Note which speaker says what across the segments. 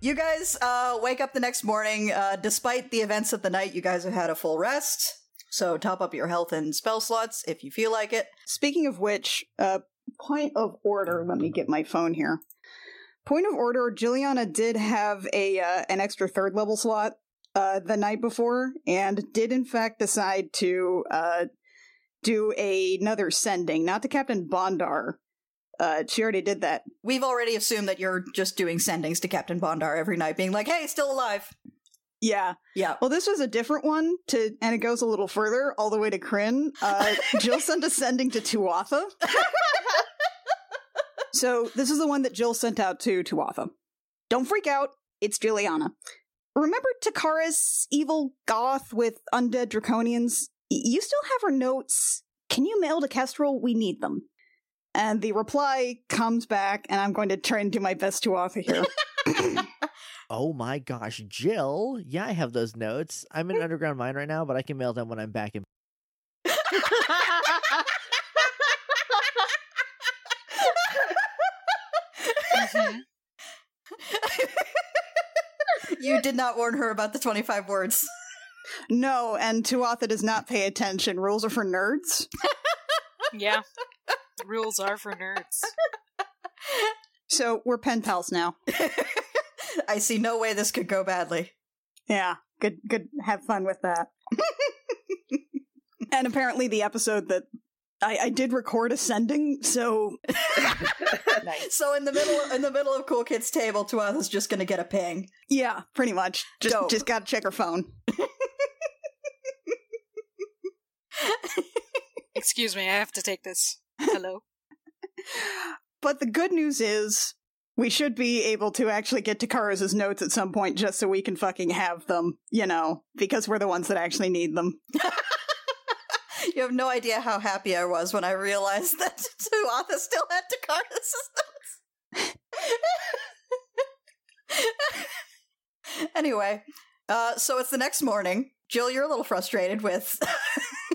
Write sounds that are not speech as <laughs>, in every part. Speaker 1: you guys uh, wake up the next morning. Uh, despite the events of the night, you guys have had a full rest. So top up your health and spell slots if you feel like it.
Speaker 2: Speaking of which, uh, point of order. Let me get my phone here. Point of order. Juliana did have a uh, an extra third level slot uh, the night before, and did in fact decide to uh, do a- another sending, not to Captain Bondar. Uh, she already did that.
Speaker 1: We've already assumed that you're just doing sendings to Captain Bondar every night, being like, "Hey, still alive."
Speaker 2: Yeah. <laughs>
Speaker 1: Yeah.
Speaker 2: Well, this was a different one to, and it goes a little further, all the way to Kryn. Uh, Jill sent a sending to Tuatha. so this is the one that Jill sent out to Tuatha. Don't freak out. It's Juliana. Remember Takara's evil goth with undead draconians? Y- You still have her notes. Can you mail to Kestrel? We need them. And the reply comes back, and I'm going to try and do my best Tuatha here.
Speaker 3: Oh my gosh, Jill. Yeah, I have those notes. I'm in an underground mine right now, but I can mail them when I'm back in.
Speaker 4: Mhm.
Speaker 1: you did not warn her about the 25 words.
Speaker 2: No, and Tuatha does not pay attention. Rules are for nerds.
Speaker 4: Yeah. <laughs> Rules are for nerds.
Speaker 2: So we're pen pals now.
Speaker 1: I see no way this could go badly.
Speaker 2: Yeah. Good good have fun with that. <laughs> and apparently the episode that I, I did record ascending, so
Speaker 4: Nice.
Speaker 1: So in the middle in the middle of Cool Kid's table, Tuatha's just gonna get a ping.
Speaker 2: yeah, pretty much. Just
Speaker 1: Dope.
Speaker 2: just gotta check her phone.
Speaker 4: Excuse me, I have to take this. Hello.
Speaker 2: But the good news is we should be able to actually get Takara's notes at some point just so we can fucking have them, you know, because we're the ones that actually need them.
Speaker 1: <laughs> You have no idea how happy I was when I realized <laughs> that Tuatha still had Takara's notes. <laughs> anyway, uh, so it's the next morning. Jill, you're a little frustrated with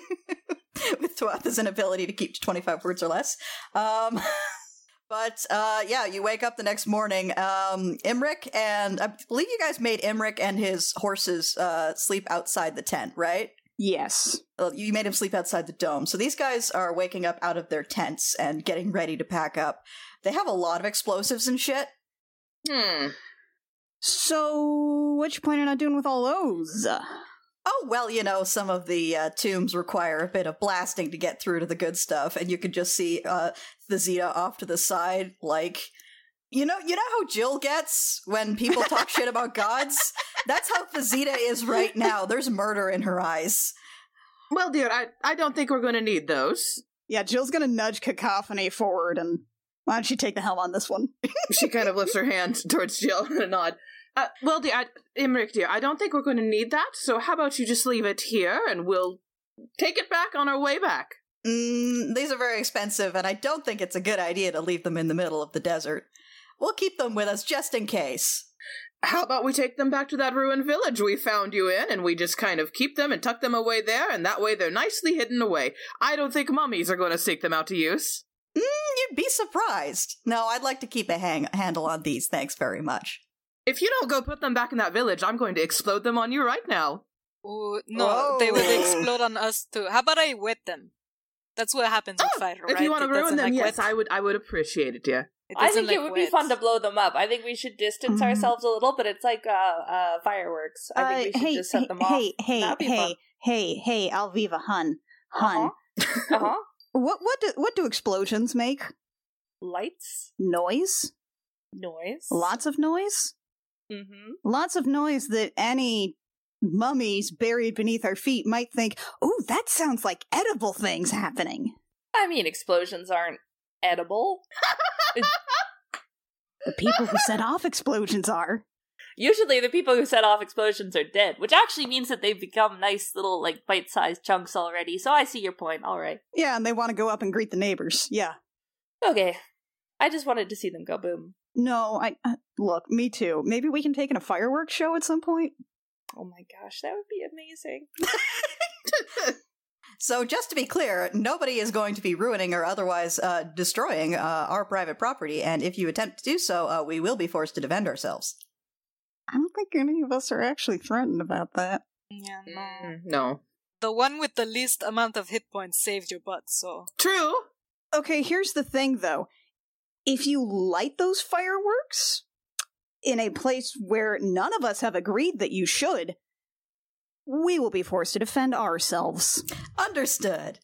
Speaker 1: <laughs> with Tuatha's inability to keep to 25 words or less. Um, <laughs> but uh, yeah, you wake up the next morning. Um, Imric and I believe you guys made Imric and his horses uh, sleep outside the tent, right?
Speaker 2: Yes.
Speaker 1: Well, uh, you made him sleep outside the dome. So these guys are waking up out of their tents and getting ready to pack up. They have a lot of explosives and shit.
Speaker 5: Hmm.
Speaker 2: So what you planning on doing with all those?
Speaker 1: Oh, well, you know, some of the uh, tombs require a bit of blasting to get through to the good stuff, and you can just see uh, the Zeta off to the side, like. You know, you know how Jill gets when people talk shit about gods. That's how Fazita is right now. There's murder in her eyes.
Speaker 5: Well, dude, I, I don't think we're going to need those.
Speaker 2: Yeah, Jill's gonna nudge Cacophony forward, and why don't you take the helm on this one?
Speaker 5: She kind of lifts her hand <laughs> towards Jill and a nod. Uh, well, dear, I, Imric, dear, I don't think we're going to need that, so how about you just leave it here and we'll take it back on our way back?
Speaker 1: Mm, these are very expensive, and I don't think it's a good idea to leave them in the middle of the desert. We'll keep them with us just in case.
Speaker 5: How about we take them back to that ruined village we found you in and we just kind of keep them and tuck them away there, and that way they're nicely hidden away? I don't think mummies are going to seek them out to use.
Speaker 1: Mm, you'd be surprised. No, I'd like to keep a hang- handle on these, thanks very much. <laughs>
Speaker 5: If you don't go put them back in that village, I'm going to explode them on you right now.
Speaker 4: Ooh, no,
Speaker 1: Whoa.
Speaker 4: they
Speaker 6: Oh.
Speaker 4: will explode on us too. How about I wet them? That's what happens
Speaker 6: Oh,
Speaker 4: with fire, right?
Speaker 5: if you want
Speaker 4: It
Speaker 5: to ruin
Speaker 4: doesn't,
Speaker 5: them,
Speaker 4: like,
Speaker 5: yes,
Speaker 4: wet-
Speaker 5: I would. I would appreciate it, dear.
Speaker 4: it
Speaker 6: I
Speaker 4: doesn't,
Speaker 6: think it
Speaker 4: like,
Speaker 6: would be
Speaker 4: wet.
Speaker 6: fun to blow them up. I think we should distance
Speaker 2: Mhm.
Speaker 6: ourselves a little, but it's like uh, uh, fireworks. I think we should just set them off.
Speaker 2: Uh, hey, hey,
Speaker 6: That'd be
Speaker 2: hey,
Speaker 6: fun.
Speaker 2: hey, hey, Alviva Hun, Hun. <laughs>
Speaker 6: Uh huh.
Speaker 2: What what do what do explosions make?
Speaker 6: Lights,
Speaker 2: Noise,
Speaker 6: noise,
Speaker 2: lots of noise,
Speaker 6: Mm-hmm.
Speaker 2: lots of noise that any mummies buried beneath our feet might think, "Oh, that sounds like edible things happening."
Speaker 6: I mean, explosions aren't edible.
Speaker 2: The people who <laughs> set off explosions are.
Speaker 6: Usually, the people who set off explosions are dead, which actually means that they've become nice little like bite-sized chunks already. So I see your point. All right.
Speaker 2: Yeah, and they want to go up and greet the neighbors. Yeah.
Speaker 6: Okay. I just wanted to see them go boom.
Speaker 2: No, I uh, look. Me too. Maybe we can take in a fireworks show at some point.
Speaker 6: Oh my gosh, that would be amazing.
Speaker 1: So, just to be clear, nobody is going to be ruining or otherwise uh, destroying uh, our private property, and if you attempt to do so, uh, we will be forced to defend ourselves.
Speaker 2: I don't think any of us are actually threatened about that.
Speaker 4: Yeah,
Speaker 6: Hmm.
Speaker 4: no.
Speaker 5: Mm, no.
Speaker 4: The one with the least amount of hit points saved your butt, so.
Speaker 5: True.
Speaker 2: Okay, here's the thing though. If you light those fireworks in a place where none of us have agreed that you should, we will be forced to defend ourselves.
Speaker 1: Understood.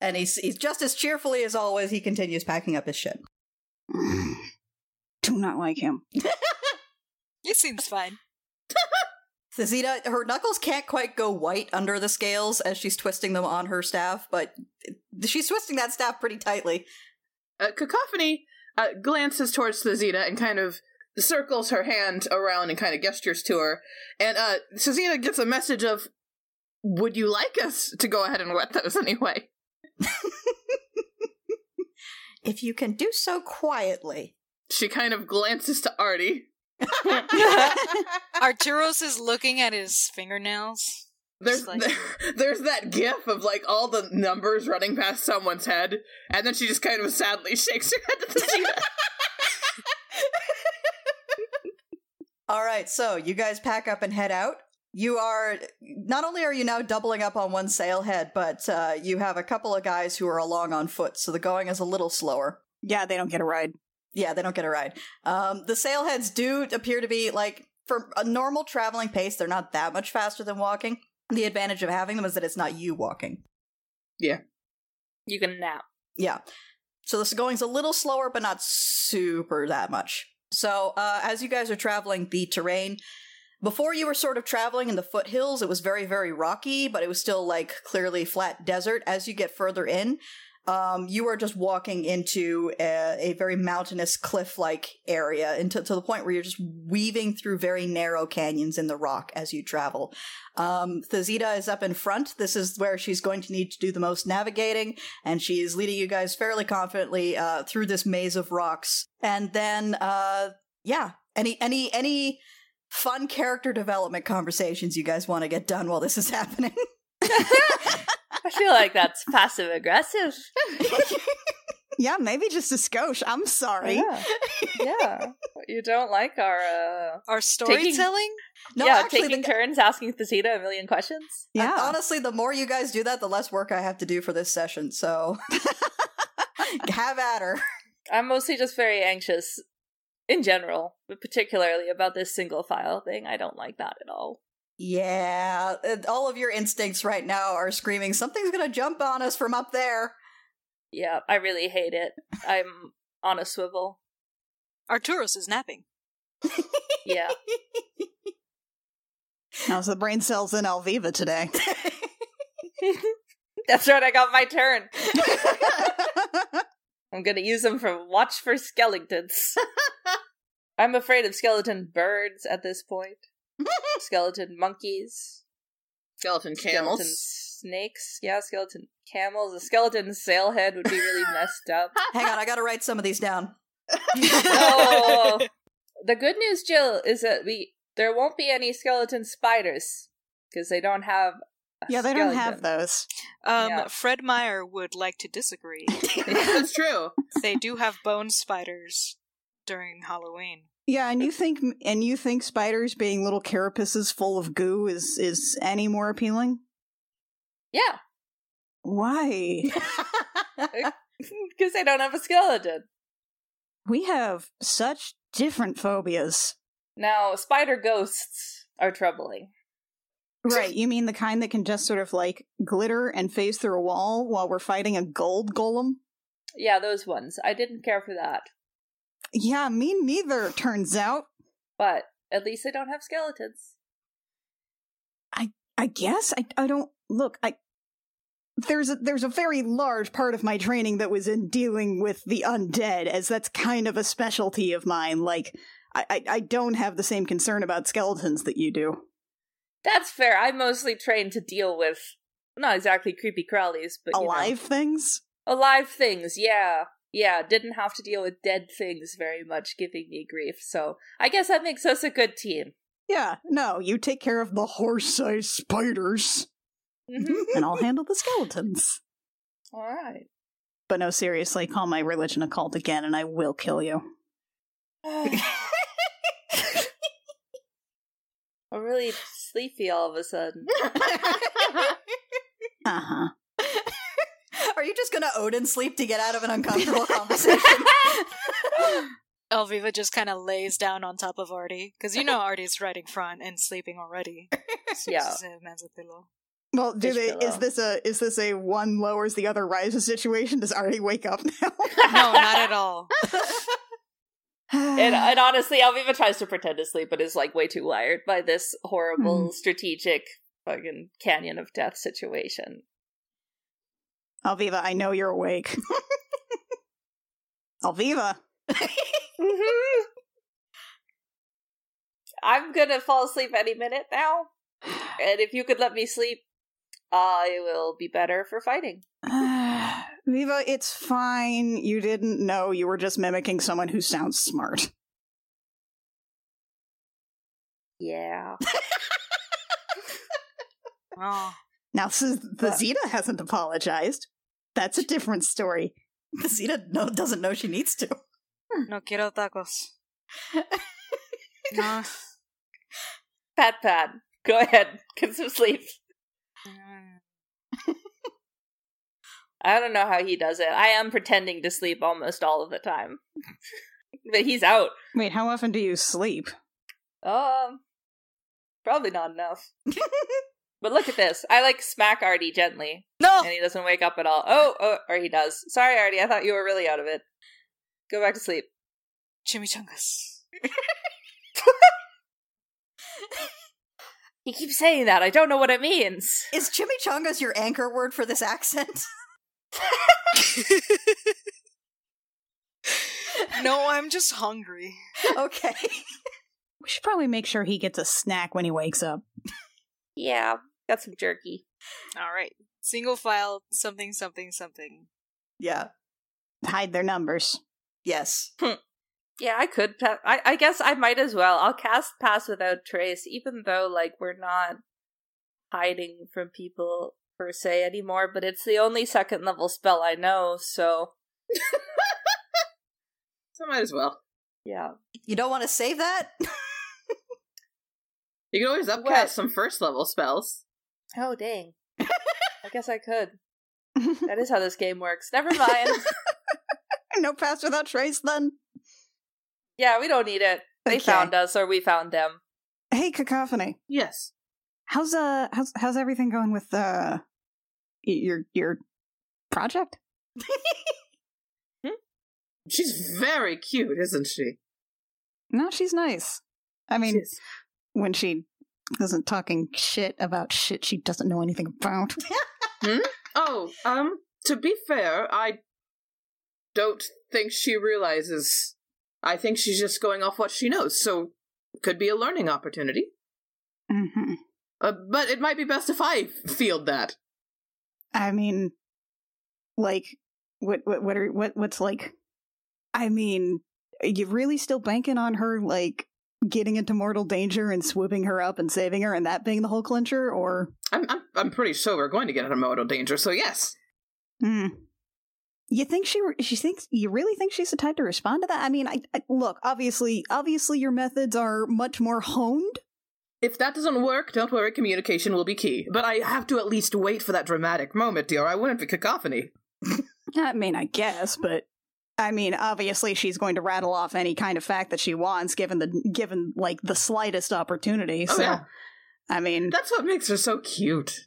Speaker 1: And he's, he's just as cheerfully as always, he continues packing up his shit.
Speaker 2: <sighs> Do not like him.
Speaker 4: It seems fine.
Speaker 1: Zeta, her knuckles can't quite go white under the scales as she's twisting them on her staff, but she's twisting that staff pretty tightly.
Speaker 5: Uh, Cacophony uh, glances towards the Zeta and kind of circles her hand around and kind of gestures to her. And uh, Sazina gets a message of, Would you like us to go ahead and wet those <laughs> anyway?
Speaker 1: If you can do so quietly.
Speaker 5: She kind of glances to Artie.
Speaker 4: Arturos is looking at his fingernails.
Speaker 5: There's
Speaker 4: Just like-
Speaker 5: there- <laughs> there's that gif of like all the numbers running past someone's head, and then she just kind of sadly <laughs> shakes her head at the Zeta.
Speaker 1: All right, so you guys pack up and head out. You are not only are you now doubling up on one sail head, but uh, you have a couple of guys who are along on foot, so the going is a little slower.
Speaker 2: Yeah, they don't get a ride.
Speaker 1: Yeah, they don't get a ride. Um, the sailheads do appear to be like for a normal traveling pace, they're not that much faster than walking. The advantage of having them is that it's not you walking.
Speaker 6: You can nap.
Speaker 1: Yeah. So this going's a little slower, but not super that much. So uh, as you guys are traveling the terrain, before you were sort of traveling in the foothills, it was very, very rocky, but it was still like clearly flat desert. As you get further in, um, you are just walking into a, a very mountainous cliff-like area, into to the point where you're just weaving through very narrow canyons in the rock as you travel. Um, Thazita is up in front. This is where she's going to need to do the most navigating and she is leading you guys fairly confidently uh, through this maze of rocks. And then, uh, yeah, any any any fun character development conversations you guys want to get done while this is <laughs>
Speaker 6: <laughs>
Speaker 1: happening?
Speaker 6: I feel
Speaker 2: <laughs>
Speaker 6: like that's passive aggressive.
Speaker 2: Yeah, maybe just a skosh. I'm sorry.
Speaker 6: yeah. <laughs> You don't like our uh
Speaker 4: Our storytelling?
Speaker 6: yeah,
Speaker 1: actually,
Speaker 6: taking
Speaker 1: the-
Speaker 6: turns asking Thesita a million questions.
Speaker 2: Yeah.
Speaker 1: uh, honestly, the more you guys do that, the less work I have to do for this session. So. <laughs> Have at her.
Speaker 6: I'm mostly just very anxious in general, but particularly about this single file thing. I don't like that at all.
Speaker 1: Yeah, uh, all of your instincts right now are screaming, something's gonna jump on us from up there. <laughs>
Speaker 6: Yeah, I really hate it. I'm on a swivel.
Speaker 4: Arturos is
Speaker 6: <laughs>
Speaker 4: napping. <laughs>
Speaker 6: Yeah.
Speaker 2: How's the brain cells in Alviva today?
Speaker 6: That's right, I got my turn. I'm gonna use them for watch for <laughs> skeletons. I'm afraid of skeleton birds at this point. skeleton monkeys.
Speaker 5: Skeleton
Speaker 6: Skeleton
Speaker 5: camels.
Speaker 6: snakes. Yeah, skeleton camels. A skeleton sailhead would be <laughs> really messed up.
Speaker 1: Hang on, I gotta write some of these down.
Speaker 4: Um,
Speaker 6: No. <laughs> the good news, Jill, is that we there won't be any skeleton spiders because they don't have. a
Speaker 2: yeah, they don't have
Speaker 6: skeleton.
Speaker 2: those.
Speaker 4: Um,
Speaker 6: Yeah.
Speaker 4: Fred Meyer would like to disagree.
Speaker 5: <laughs> That's true.
Speaker 4: they do have bone spiders during Halloween.
Speaker 2: Yeah, and you think and you think spiders being little carapaces full of goo is is any more appealing?
Speaker 6: Yeah, <laughs>
Speaker 2: Why? Mm-hmm.
Speaker 6: because they don't have a skeleton.
Speaker 2: We have such different phobias.
Speaker 6: Now, spider ghosts are troubling.
Speaker 2: Right, you mean the kind that can just sort of like glitter and phase through a wall while we're fighting a gold golem?
Speaker 6: Yeah, those ones. I didn't care for that,
Speaker 2: Yeah, me neither, turns out.
Speaker 6: but at least they don't have skeletons.
Speaker 2: I guess I I don't look, I there's a there's a very large part of my training that was in dealing with the undead, as that's kind of a specialty of mine. Like I, I, I don't have the same concern about skeletons that you do.
Speaker 6: That's fair. I'm mostly trained to deal with not exactly creepy crawlies, but you know.
Speaker 2: Alive things?
Speaker 6: alive things yeah yeah didn't have to deal with dead things very much giving me grief so i guess that makes us a good team
Speaker 2: Yeah, no, you take care of the horse sized spiders
Speaker 1: <laughs>
Speaker 6: Mhm.
Speaker 2: and <laughs> I'll handle the skeletons.
Speaker 6: all right
Speaker 2: But no, seriously, call my religion a cult again and I will kill you.
Speaker 6: <laughs> I'm really sleepy all of a sudden.
Speaker 2: Uh huh.
Speaker 1: <laughs> Are you just gonna Odin sleep to get out of an
Speaker 2: <laughs>
Speaker 1: uncomfortable conversation?
Speaker 4: Elviva just kind of lays down on top of Artie because you know Artie's right in front and sleeping already. So
Speaker 6: Yeah.
Speaker 4: just a man's pillow.
Speaker 2: Well, do
Speaker 6: Fish
Speaker 2: they?
Speaker 6: pillow.
Speaker 2: Is this a is this a one lowers the other rises <laughs> situation? Does Artie wake up now?
Speaker 4: No, not at all.
Speaker 6: And, and honestly, Alviva tries to pretend to sleep, but is like way too wired by this horrible strategic fucking canyon of death situation.
Speaker 2: <sighs> Alviva, I know you're awake. <laughs> Alviva, <sighs>
Speaker 6: I'm gonna fall asleep any minute now, and if you could let me sleep, I will be better for fighting.
Speaker 2: Viva, it's fine. You didn't know. You were just mimicking someone who sounds smart.
Speaker 6: Yeah.
Speaker 4: Oh.
Speaker 2: Now, since the
Speaker 6: But-
Speaker 2: Zeta hasn't apologized, that's a different story.
Speaker 1: Zeta no, doesn't know she needs to.
Speaker 4: No quiero tacos. No.
Speaker 6: Pat Pat, go ahead, <laughs> get some sleep. I don't know how he does it. I am pretending to sleep almost all of the time. <laughs> but he's out.
Speaker 2: Wait, how often do you sleep?
Speaker 6: Um, probably not enough. but look at this. I like smack Artie gently,
Speaker 4: No!
Speaker 6: and he doesn't wake up at all. Oh, oh, or he does. Sorry, Artie. I thought you were really out of it. Go back to sleep.
Speaker 4: Chimichangas.
Speaker 6: He keeps saying that. I don't know what it means.
Speaker 1: Is chimichangas your anchor word for this accent?
Speaker 4: <laughs>
Speaker 1: <laughs>
Speaker 4: No, I'm just hungry.
Speaker 1: okay.
Speaker 2: We should probably make sure he gets a snack when he wakes up.
Speaker 6: Yeah, got some jerky.
Speaker 4: All right. Single file, something, something, something.
Speaker 1: Yeah.
Speaker 2: Hide their numbers.
Speaker 1: Yes.
Speaker 6: Yeah, I could. Pa- I I guess I might as well. I'll cast Pass Without Trace, even though like we're not hiding from people per se anymore. But it's the only second level spell I know, so
Speaker 5: <laughs> so might as well.
Speaker 6: yeah.
Speaker 1: You don't want to save that?
Speaker 5: You can always upcast
Speaker 6: What?
Speaker 5: some first level spells.
Speaker 6: Oh <laughs> dang! I guess I <laughs> could. That is how this game works. Never <laughs> mind.
Speaker 2: <laughs> no pass without trace, then.
Speaker 6: yeah, we don't need it. They
Speaker 2: Okay.
Speaker 6: found us, or we found them.
Speaker 2: Hey, cacophony.
Speaker 5: Yes.
Speaker 2: How's uh how's how's everything going with uh y- your your project?
Speaker 5: She's very cute, isn't she?
Speaker 2: No, she's nice. I mean,
Speaker 5: She's-
Speaker 2: when she isn't talking shit about shit she doesn't know anything about.
Speaker 5: Oh, um, to be fair, I don't think she realizes. I think she's just going off what she knows, so could be a learning opportunity.
Speaker 2: hmm
Speaker 5: Uh, but it might be best if I field that.
Speaker 2: I mean, like, what what what are what what's like? I mean, are you really still banking on her like getting into mortal danger and swooping her up and saving her and that being the whole clincher, or
Speaker 5: I'm I'm, I'm pretty sure we're going to get out of mortal danger. So yes,
Speaker 2: Hmm. You think she re- she thinks you really think she's the type to respond to that? I mean, I, I look obviously obviously your methods are much more honed.
Speaker 5: if that doesn't work, don't worry. Communication will be key. But I have to at least wait for that dramatic moment, dear. I wouldn't be cacophony.
Speaker 2: I mean, I guess, but I mean, obviously she's going to rattle off any kind of fact that she wants, given the given like the slightest opportunity.
Speaker 5: Oh,
Speaker 2: So,
Speaker 5: yeah.
Speaker 2: I mean,
Speaker 5: That's what makes her so cute.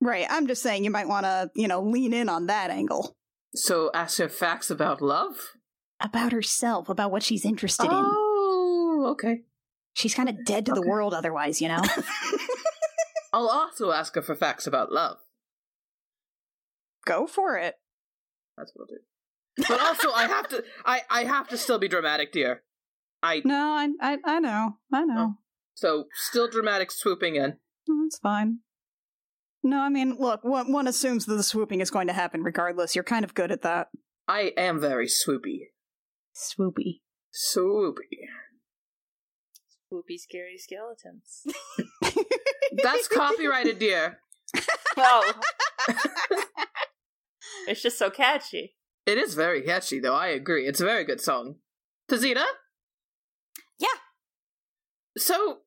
Speaker 2: right? I'm just saying you might want to you know lean in on that angle
Speaker 5: So ask her facts about love.
Speaker 2: about herself, about what she's interested in.
Speaker 5: Oh, okay.
Speaker 2: She's kind of dead to the
Speaker 5: Okay.
Speaker 2: world otherwise, you know.
Speaker 5: I'll also ask her for facts about love.
Speaker 2: <laughs> Go for it.
Speaker 5: That's what I'll do. But also, I have to. I I have to still be dramatic, dear. I
Speaker 2: No, I I, I know, I
Speaker 5: Oh.
Speaker 2: know.
Speaker 5: so still dramatic swooping in.
Speaker 2: Mm, That's fine. No, I mean, look, one, one assumes that the swooping is going to happen regardless. You're kind of good at that.
Speaker 5: I am very swoopy.
Speaker 2: Swoopy.
Speaker 5: Swoopy.
Speaker 6: Spoopy, scary skeletons.
Speaker 2: <laughs>
Speaker 5: That's copyrighted, dear.
Speaker 6: <laughs> oh, <laughs> it's just so catchy.
Speaker 5: It is very catchy, though. I agree. It's a very good song. Tazita.
Speaker 1: Yeah.
Speaker 5: So,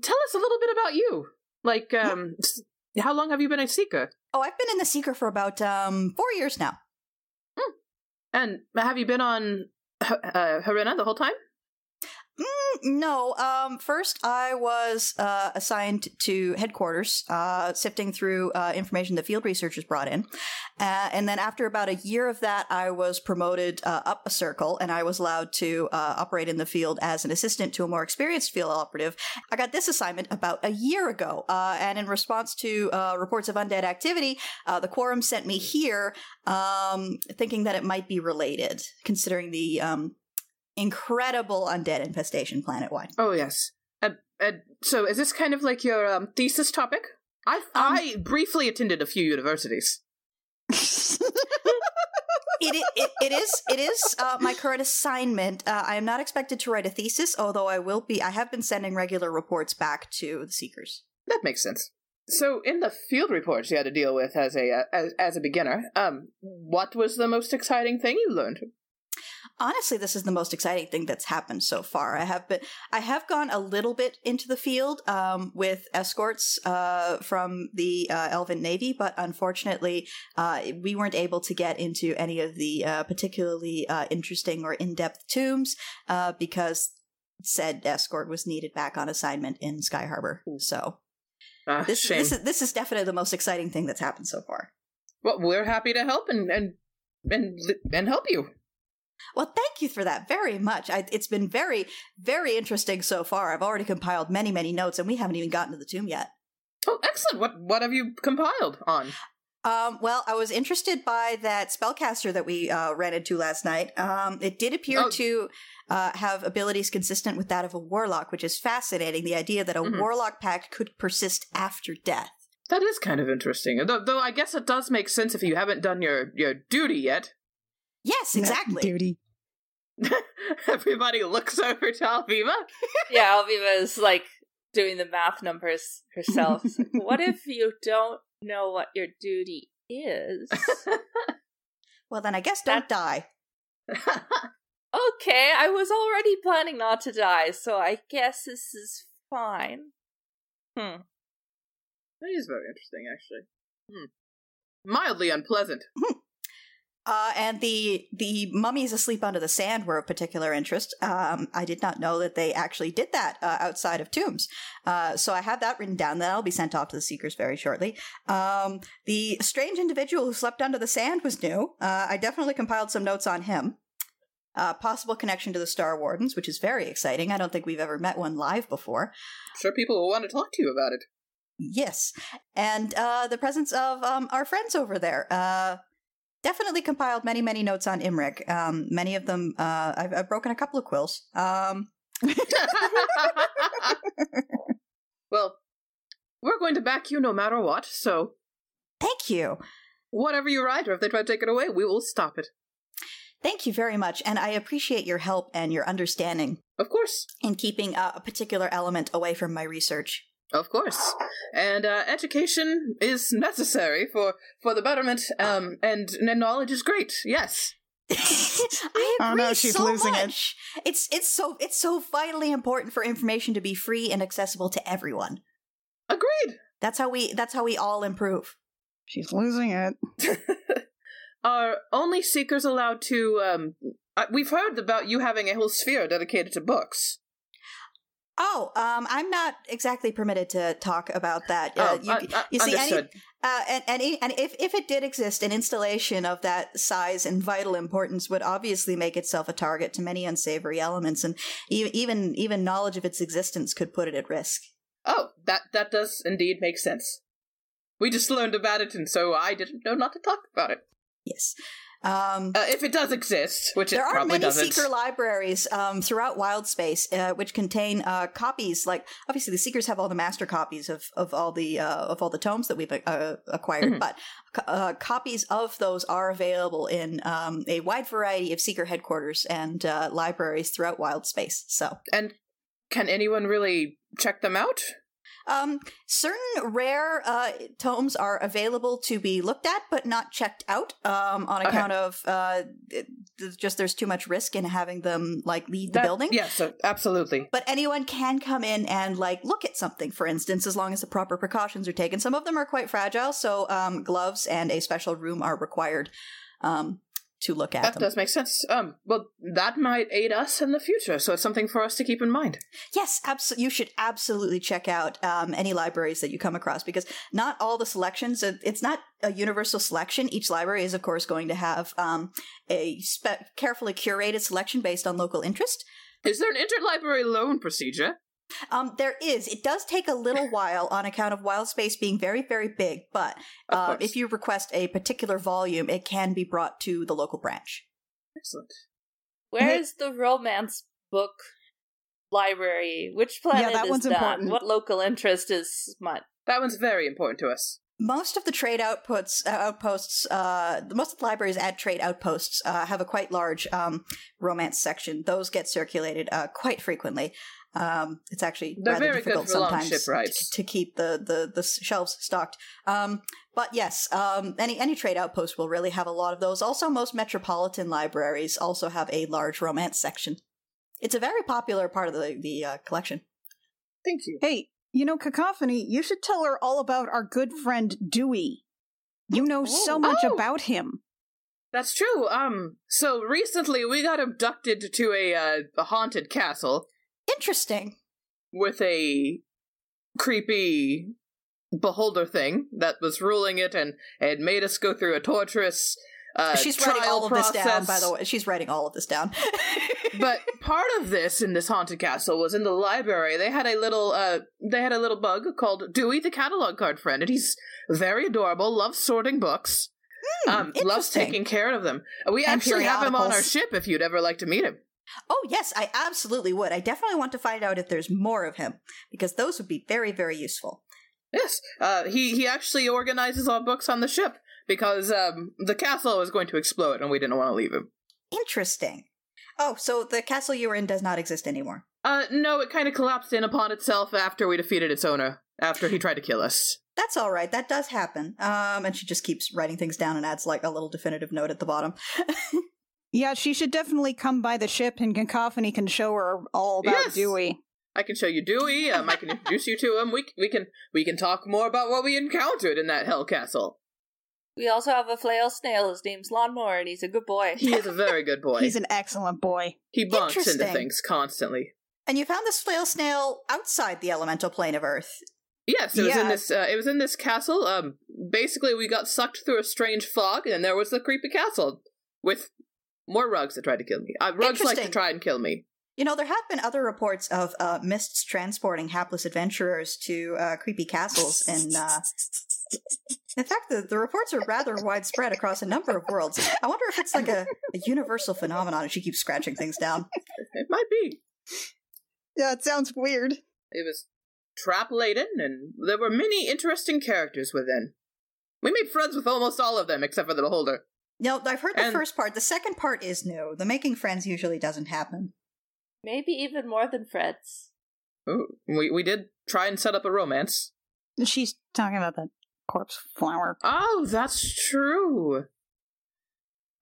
Speaker 5: tell us a little bit about you. Like, um, s- how long have you been a Seeker?
Speaker 1: Oh, I've been in the Seeker for about um four years now.
Speaker 5: And have you been on H- uh, Harina the whole time?
Speaker 1: Mm, no, um, first I was uh, assigned to headquarters, uh, sifting through uh, information the field researchers brought in, uh, and then after about a year of that, I was promoted uh, up a circle, and I was allowed to uh, operate in the field as an assistant to a more experienced field operative. I got this assignment about a year ago, uh, and in response to uh, reports of undead activity, uh, the quorum sent me here, um, thinking that it might be related, considering the um, incredible undead infestation planet wide.
Speaker 5: Oh yes. And, and so is this kind of like your um, thesis topic? I I briefly attended a few universities.
Speaker 1: It, i- it, it is it is uh, my current assignment. Uh, I am not expected to write a thesis, although I will be. I have been sending regular reports back to the seekers.
Speaker 5: That makes sense. So in the field reports you had to deal with as a uh, as, as a beginner, um, what was the most exciting thing you learned?
Speaker 1: Honestly, this is the most exciting thing that's happened so far. I have been I have gone a little bit into the field um, with escorts uh, from the uh, Elven Navy, but unfortunately, uh, we weren't able to get into any of the uh, particularly uh, interesting or in depth tombs uh, because said escort was needed back on assignment in Sky Harbor. So
Speaker 5: Uh,
Speaker 1: this,
Speaker 5: shame.
Speaker 1: this is this is definitely the most exciting thing that's happened so far.
Speaker 5: well, we're happy to help and and and and help you.
Speaker 1: Well, thank you for that very much. I, it's been very, very interesting so far. I've already compiled many, many notes, and we haven't even gotten to the tomb yet.
Speaker 5: Oh, excellent! What what have you compiled on?
Speaker 1: Um, well, I was interested by that spellcaster that we uh, ran into last night. Um, it did appear
Speaker 5: Oh.
Speaker 1: to uh, have abilities consistent with that of a warlock, which is fascinating. The idea that a
Speaker 5: Mhm.
Speaker 1: warlock pact could persist after death.
Speaker 5: That is kind of interesting. Though, though I guess it does make sense if you haven't done your your duty yet. <laughs>
Speaker 1: Yes,
Speaker 2: Not
Speaker 1: exactly.
Speaker 2: Duty.
Speaker 5: Everybody looks <laughs> over to Alviva.
Speaker 6: yeah, Alviva is like doing the math numbers herself. It's like, what
Speaker 2: <laughs>
Speaker 6: if you don't know what your duty
Speaker 2: <laughs>
Speaker 6: is?
Speaker 1: Well, then I guess don't die.
Speaker 6: okay, I was already planning not to die, so I guess this is fine. Hmm.
Speaker 5: That is very interesting, actually. Hmm. Mildly unpleasant.
Speaker 1: Uh, and the the mummies asleep under the sand were of particular interest. Um, I did not know that they actually did that uh, outside of tombs. Uh, so I have that written down. That'll be sent off to the seekers very shortly. Um, the strange individual who slept under the sand was new. Uh, I definitely compiled some notes on him. Uh, possible connection to the Star Wardens, which is very exciting. I don't think we've ever met one live before.
Speaker 5: sure people will want to talk to you about it.
Speaker 1: Yes, and uh, the presence of um, our friends over there. Uh, definitely compiled many, many notes on Imric. Um, many of them, uh, I've, I've broken a couple of quills. Um,
Speaker 5: <laughs> well, we're going to back you no matter what, so
Speaker 1: thank you,
Speaker 5: whatever you write, or if they try to take it away, we will stop it.
Speaker 1: thank you very much, and I appreciate your help and your understanding
Speaker 5: Of course.
Speaker 1: in keeping uh, a particular element away from my research. <laughs>
Speaker 5: Of course. And uh, education is necessary for, for the betterment, um, and, and knowledge is great, yes.
Speaker 1: I
Speaker 2: Oh,
Speaker 1: agree
Speaker 2: no, she's
Speaker 1: so
Speaker 2: losing it.
Speaker 1: much. It's it's so it's so vitally important for information to be free and accessible to everyone.
Speaker 5: Agreed!
Speaker 1: That's how we that's how we all improve.
Speaker 2: She's losing it.
Speaker 5: Are only seekers allowed to. Um, uh, we've heard about you having a whole sphere dedicated to books.
Speaker 1: Oh, um, I'm not exactly permitted to talk about that. Uh,
Speaker 5: oh,
Speaker 1: you,
Speaker 5: un- un-
Speaker 1: you see, any-
Speaker 5: understood.
Speaker 1: uh, and and, i- and if, if it did exist, an installation of that size and vital importance would obviously make itself a target to many unsavory elements, and e- even even knowledge of its existence could put it at risk.
Speaker 5: Oh, that that does indeed make sense. We just learned about it, and so I didn't know not to talk about it.
Speaker 1: Yes. Um,
Speaker 5: Uh, if it does exist, which
Speaker 1: there
Speaker 5: it
Speaker 1: are
Speaker 5: probably
Speaker 1: many
Speaker 5: doesn't.
Speaker 1: seeker libraries um, throughout wild space uh, which contain uh, copies like obviously the seekers have all the master copies of, of all the uh, of all the tomes that we've uh, acquired
Speaker 5: Mhm.
Speaker 1: but co- uh, copies of those are available in um, a wide variety of seeker headquarters and uh, libraries throughout wild space so
Speaker 5: Can anyone really check them out?
Speaker 1: um, certain rare uh, tomes are available to be looked at but not checked out um, on
Speaker 5: Okay.
Speaker 1: account of uh, It's just there's too much risk in having them like lead the
Speaker 5: That-
Speaker 1: building.
Speaker 5: Yes, uh, absolutely.
Speaker 1: But anyone can come in and like look at something, for instance, as long as the proper precautions are taken. Some of them are quite fragile, so um, gloves and a special room are required um, to look at
Speaker 5: That
Speaker 1: them.
Speaker 5: does make sense. Um, well, that might aid us in the future, so it's something for us to keep in mind.
Speaker 1: Yes, abso- you should absolutely check out um, any libraries that you come across because not all the selections, it- it's not a universal selection. Each library is, of course, going to have um, a spe- carefully curated selection based on local interest.
Speaker 5: Is there an interlibrary loan procedure?
Speaker 1: Um, there is. It does take a little while on account of wild space being very, very big, but
Speaker 5: Of
Speaker 1: um,
Speaker 5: course.
Speaker 1: if you request a particular volume, it can be brought to the local branch.
Speaker 5: Excellent.
Speaker 6: Where is the romance book library? Which planet
Speaker 2: that
Speaker 6: is
Speaker 2: one's
Speaker 6: that?
Speaker 2: important.
Speaker 6: What local interest is smut?
Speaker 5: That one's very important to us.
Speaker 1: most of the trade outputs uh, outposts uh most of the libraries at trade outposts uh, have a quite large um romance section those get circulated uh quite frequently um it's actually
Speaker 5: They're
Speaker 1: rather
Speaker 5: very good
Speaker 1: difficult
Speaker 5: for long
Speaker 1: sometimes
Speaker 5: ship rides.
Speaker 1: to, to keep the, the the shelves stocked um but yes um any any trade outpost will really have a lot of those also most metropolitan libraries also have a large romance section it's a very popular part of the the uh, collection
Speaker 5: Thank you.
Speaker 2: Hey, you know, Cacophony, you should tell her all about our good friend Dewey. You know so
Speaker 5: Oh.
Speaker 2: much
Speaker 5: Oh.
Speaker 2: about him.
Speaker 5: That's true. Um, so recently we got abducted to a, uh, a haunted castle
Speaker 1: interesting
Speaker 5: with a creepy beholder thing that was ruling it and and made us go through a torturous uh,
Speaker 1: she's
Speaker 5: trial
Speaker 1: writing all of
Speaker 5: process.
Speaker 1: this down by the way <laughs> she's writing all of this down
Speaker 5: but part of this in this haunted castle was in the library. They had a little uh they had a little bug called Dewey the catalog card friend, and he's very adorable, loves sorting books. um loves
Speaker 1: Hmm, interesting.
Speaker 5: taking care of them. We
Speaker 1: And
Speaker 5: actually have him on our
Speaker 1: periodicals.
Speaker 5: ship if you'd ever like to meet him.
Speaker 1: Oh, yes, I absolutely would. I definitely want to find out if there's more of him, because those would be very, very useful.
Speaker 5: Yes. Uh he he actually organizes our books on the ship because um the castle was going to explode and we didn't want to leave him.
Speaker 1: Interesting. Oh, so the castle you were in does not exist anymore.
Speaker 5: Uh no, it kind of collapsed in upon itself after we defeated its owner after he tried to kill us.
Speaker 1: That's all right. That does happen. Um, and she just keeps writing things down and adds like a little definitive note at the bottom.
Speaker 2: Yeah, she should definitely come by the ship and Cacophony can show her all about
Speaker 5: Yes.
Speaker 2: Dewey.
Speaker 5: I can show you Dewey. Um, I can introduce you to him. We c- we can we can talk more about what we encountered in that hell castle.
Speaker 6: We also have a flail snail. His name's Lawnmower, and he's a good boy.
Speaker 5: He is a very good boy.
Speaker 2: He's an excellent boy.
Speaker 5: he bumps into
Speaker 1: Interesting.
Speaker 5: things constantly.
Speaker 1: and you found this flail snail outside the elemental plane of Earth.
Speaker 5: Yes, it was in
Speaker 2: Yeah.
Speaker 5: this. Uh, it was in this castle. Um, basically, we got sucked through a strange fog, and there was the creepy castle with more rugs that tried to kill me. Uh, rugs like to
Speaker 1: Interesting.
Speaker 5: try and kill me.
Speaker 1: You know, there have been other reports of uh, mists transporting hapless adventurers to uh, creepy castles in uh, In fact, the, the reports are rather widespread across a number of worlds. I wonder if it's like a, a universal phenomenon and she keeps scratching things down.
Speaker 5: It might be.
Speaker 2: Yeah, it sounds weird.
Speaker 5: It was trap laden, and there were many interesting characters within. We made friends with almost all of them, except for the beholder.
Speaker 1: No, I've heard the
Speaker 5: And-
Speaker 1: first part. The second part is new. The making friends usually doesn't happen.
Speaker 6: Maybe even more than Fred's.
Speaker 5: Ooh, we we did try and set up a romance.
Speaker 2: She's talking about the corpse
Speaker 5: <laughs>
Speaker 2: flower.
Speaker 5: Oh, that's true.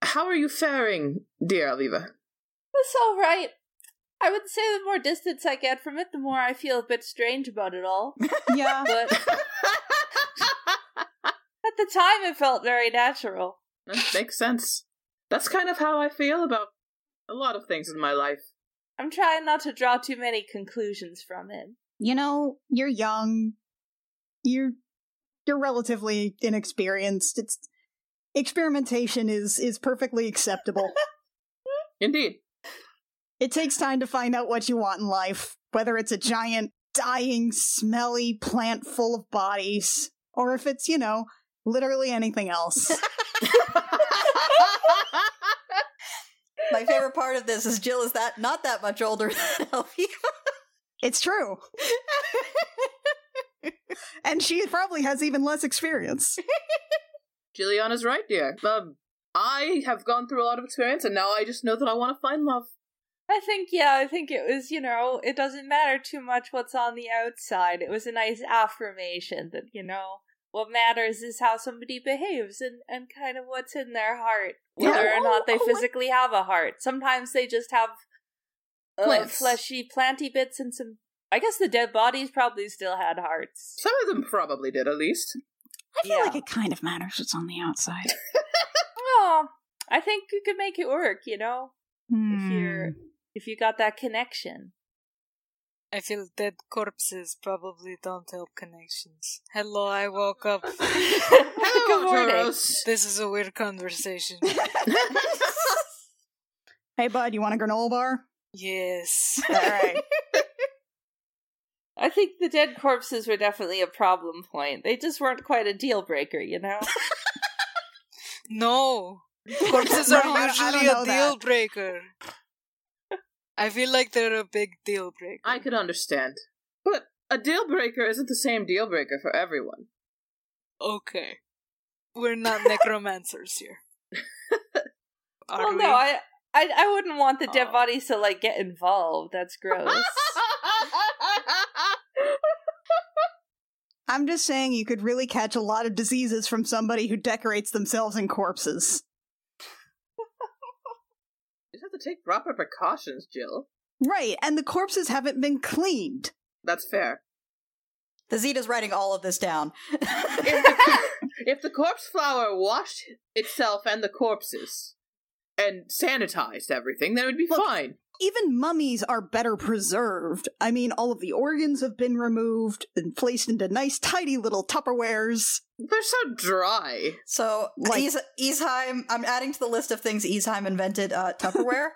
Speaker 5: How are you faring, dear Aviva? <laughs>
Speaker 6: It's all right. I would say the more distance I get from it, the more I feel a bit strange about it all.
Speaker 2: Yeah.
Speaker 6: But at the time, it felt very natural.
Speaker 5: that makes sense. That's kind of how I feel about a lot of things in my life.
Speaker 6: I'm trying not to draw too many conclusions from it.
Speaker 2: you know, you're young. You're you're relatively inexperienced. It's experimentation is is perfectly
Speaker 6: <laughs>
Speaker 2: acceptable.
Speaker 5: Indeed.
Speaker 2: It takes time to find out what you want in life, whether it's a giant, dying, smelly plant full of bodies, or if it's, you know, literally anything
Speaker 6: <laughs>
Speaker 2: else.
Speaker 1: My favorite part of this is Jill is that not that much older <laughs> than Elfie.
Speaker 2: it's true. And she probably has even less experience.
Speaker 5: Juliana's right, dear. Um, I have gone through a lot of experience, and now I just know that I want to find love.
Speaker 6: I think, yeah, I think it was, you know, it doesn't matter too much what's on the outside. It was a nice affirmation that, you know, What matters is how somebody behaves and, and kind of what's in their heart,
Speaker 5: Yeah.
Speaker 6: whether or not they
Speaker 2: Oh, oh, I-
Speaker 6: physically have a heart. Sometimes they just have uh,
Speaker 5: Plants.
Speaker 6: fleshy, planty bits and some. I guess the dead bodies probably still had hearts.
Speaker 5: Some of them probably did, at least.
Speaker 2: I feel
Speaker 6: Yeah.
Speaker 1: <laughs>
Speaker 2: like it kind of matters what's on the outside.
Speaker 6: Oh, I think you could make it work, you know, if
Speaker 2: Hmm.
Speaker 6: you're if you got that
Speaker 2: <laughs>
Speaker 6: connection. <laughs>
Speaker 4: I feel dead corpses probably don't help connections. Hello, I woke up.
Speaker 5: Hello,
Speaker 6: <laughs> Good morning. <laughs>
Speaker 5: Joros.
Speaker 4: This is a weird
Speaker 2: <laughs>
Speaker 4: conversation.
Speaker 2: Hey, bud, you want a granola bar?
Speaker 4: Yes.
Speaker 2: All right.
Speaker 6: I think the dead corpses were definitely a problem point. They just weren't quite a deal breaker, you <laughs> know?
Speaker 2: <laughs>
Speaker 4: No. Corpses
Speaker 2: No,
Speaker 4: are
Speaker 2: I- I don't
Speaker 4: usually
Speaker 2: know
Speaker 4: a
Speaker 2: that.
Speaker 4: deal breaker. I feel like they're a big deal breaker.
Speaker 5: I could understand. But a deal breaker isn't the same deal breaker for
Speaker 6: <laughs>
Speaker 5: everyone.
Speaker 4: Okay. We're
Speaker 2: <laughs>
Speaker 4: not necromancers here. Are
Speaker 6: well,
Speaker 4: we?
Speaker 6: no, I, I I wouldn't want the dead
Speaker 4: Oh.
Speaker 6: bodies to like get involved. <laughs> That's gross.
Speaker 2: I'm just saying you could really catch a lot of diseases from somebody who decorates themselves in corpses.
Speaker 5: You just have to take proper precautions, Jill.
Speaker 2: Right, and the corpses haven't been cleaned.
Speaker 5: That's fair.
Speaker 1: The Zeta's writing all of this down.
Speaker 5: If the, if the corpse flower washed itself and the corpses and sanitized everything, then it would be
Speaker 2: Look-
Speaker 5: fine.
Speaker 2: Even mummies are better preserved. I mean, all of the organs have been removed and placed into nice, tidy little Tupperwares.
Speaker 5: They're so
Speaker 1: <laughs>
Speaker 5: dry.
Speaker 1: so,
Speaker 2: Like-
Speaker 1: Eas- Easheim, I'm adding to the list of things Easheim invented uh,
Speaker 5: <laughs>
Speaker 1: Tupperware.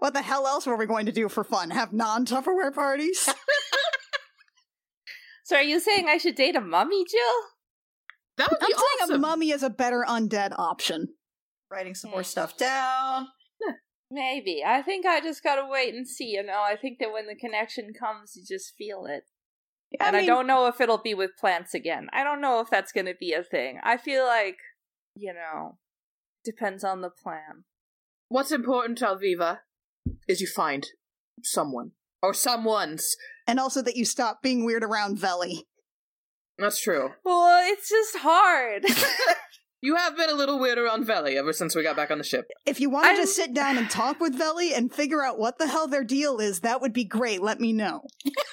Speaker 2: What the hell else were we going to do for fun? Have non Tupperware parties?
Speaker 6: so are you saying I should date a mummy, Jill?
Speaker 5: That would
Speaker 2: I'm
Speaker 5: be
Speaker 2: saying a
Speaker 5: awesome.
Speaker 2: mummy is a better undead option.
Speaker 1: Writing some
Speaker 5: Hmm.
Speaker 1: more stuff down.
Speaker 6: Maybe. I think I just gotta wait and see, you know. I think that when the connection comes you just feel it. and I
Speaker 2: mean,
Speaker 6: don't know if it'll be with plants again. I don't know if that's gonna be a thing. I feel like, you know, depends on the plan.
Speaker 5: What's important, Alviva, is you find someone. Or someone's.
Speaker 2: And also that you stop being weird around Veli.
Speaker 5: That's true.
Speaker 6: Well, it's just hard. <laughs>
Speaker 5: You have been a little weird around Veli ever since we got back on the ship.
Speaker 2: If you want to
Speaker 6: I'm-
Speaker 2: just sit down and talk with Veli and figure out what the hell their deal is, that would be great. Let me know.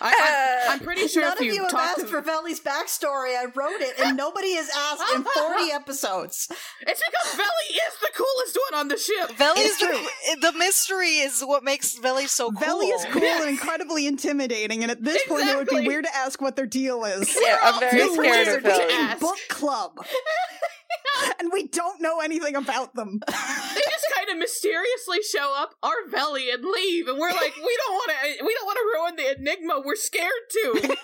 Speaker 5: I, I'm, I'm
Speaker 1: <laughs>
Speaker 5: pretty sure
Speaker 1: None
Speaker 5: if
Speaker 1: of you
Speaker 5: you
Speaker 1: have
Speaker 5: talk
Speaker 1: asked
Speaker 5: to
Speaker 1: for Veli's backstory. I wrote it,
Speaker 5: <laughs>
Speaker 1: and nobody has asked in 40 episodes.
Speaker 5: It's because Veli is the coolest one on the ship.
Speaker 4: Veli's
Speaker 2: It's
Speaker 4: the, the mystery is what makes Veli so cool.
Speaker 2: Oh, Veli is cool and incredibly intimidating, and at this point, it would be
Speaker 5: Exactly.
Speaker 2: weird to ask what their deal is.
Speaker 6: yeah, I'm <laughs> very
Speaker 2: You're weird.
Speaker 6: scared of
Speaker 2: We
Speaker 5: Veli.
Speaker 2: should
Speaker 6: those.
Speaker 2: do
Speaker 5: Ask.
Speaker 2: book club,
Speaker 6: <laughs>
Speaker 2: and we don't know anything about them.
Speaker 5: They just kind of mysteriously show up, are Veli, and leave, and we're like, we don't want to. We don't want to ruin the enigma. We're scared to.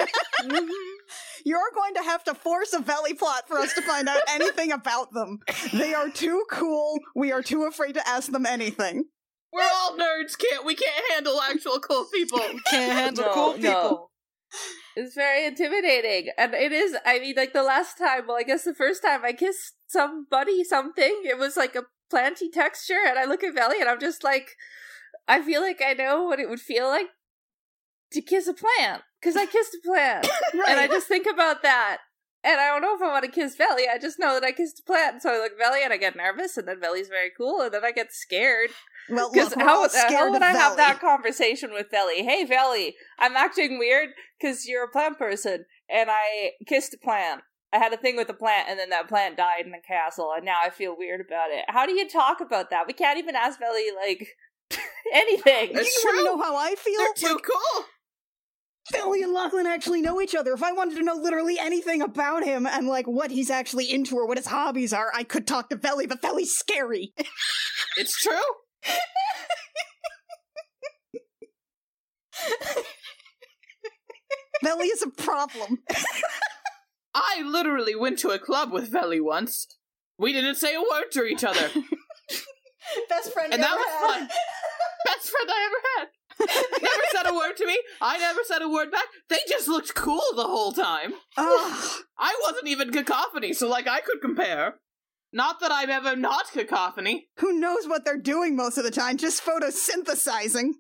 Speaker 2: You're going to have to force a Veli plot for us to find out anything about them. They are too cool. We are too afraid to ask them anything.
Speaker 5: We're all nerds. Can't we? Can't handle actual cool people.
Speaker 4: <laughs> Can't handle
Speaker 6: No,
Speaker 4: cool
Speaker 6: no.
Speaker 4: people.
Speaker 6: It's very intimidating. And it is, I mean, like the last time, well, I guess the first time I kissed somebody, something, it was like a planty texture. And I look at Valley and I'm just like, I feel like I know what it would feel like to kiss a plant. Because I kissed a plant.
Speaker 4: <laughs>
Speaker 6: And I just think about that. And I don't know if I want to kiss Valley. I just know that I kissed a plant. And so I look at Valley and I get nervous. And then Valley's very cool. And then I get scared.
Speaker 2: Well,
Speaker 6: Because
Speaker 2: look, we're
Speaker 6: how,
Speaker 2: all
Speaker 6: uh,
Speaker 2: scared
Speaker 6: how would
Speaker 2: of
Speaker 6: I have
Speaker 2: Veli.
Speaker 6: that conversation with Veli? Hey, Veli, I'm acting weird because you're a plant person, and I kissed a plant. I had a thing with a plant, and then that plant died in the castle, and now I feel weird about it. How do you talk about that? We can't even ask Veli like <laughs> anything.
Speaker 2: You
Speaker 5: It's
Speaker 2: want to
Speaker 5: true.
Speaker 2: know how I feel?
Speaker 5: They're too cool.
Speaker 2: Billy and Lachlan actually know each other. If I wanted to know literally anything about him and like what he's actually into or what his hobbies are, I could talk to Belly, but Belly's scary. <laughs>
Speaker 5: It's true.
Speaker 2: Belly is a
Speaker 1: <laughs>
Speaker 2: problem.
Speaker 5: I literally went to a club with Veli once. We didn't say a word to each other,
Speaker 1: Best friend
Speaker 5: and
Speaker 1: ever
Speaker 5: that was
Speaker 1: had. <laughs>
Speaker 5: fun. Best friend I ever had. Never said a word to me. I never said a word back. They just looked cool the whole time.
Speaker 2: Ugh.
Speaker 5: I wasn't even cacophony, so like I could compare. Not that I'm ever not cacophony.
Speaker 2: Who knows what they're doing most of the time? Just photosynthesizing.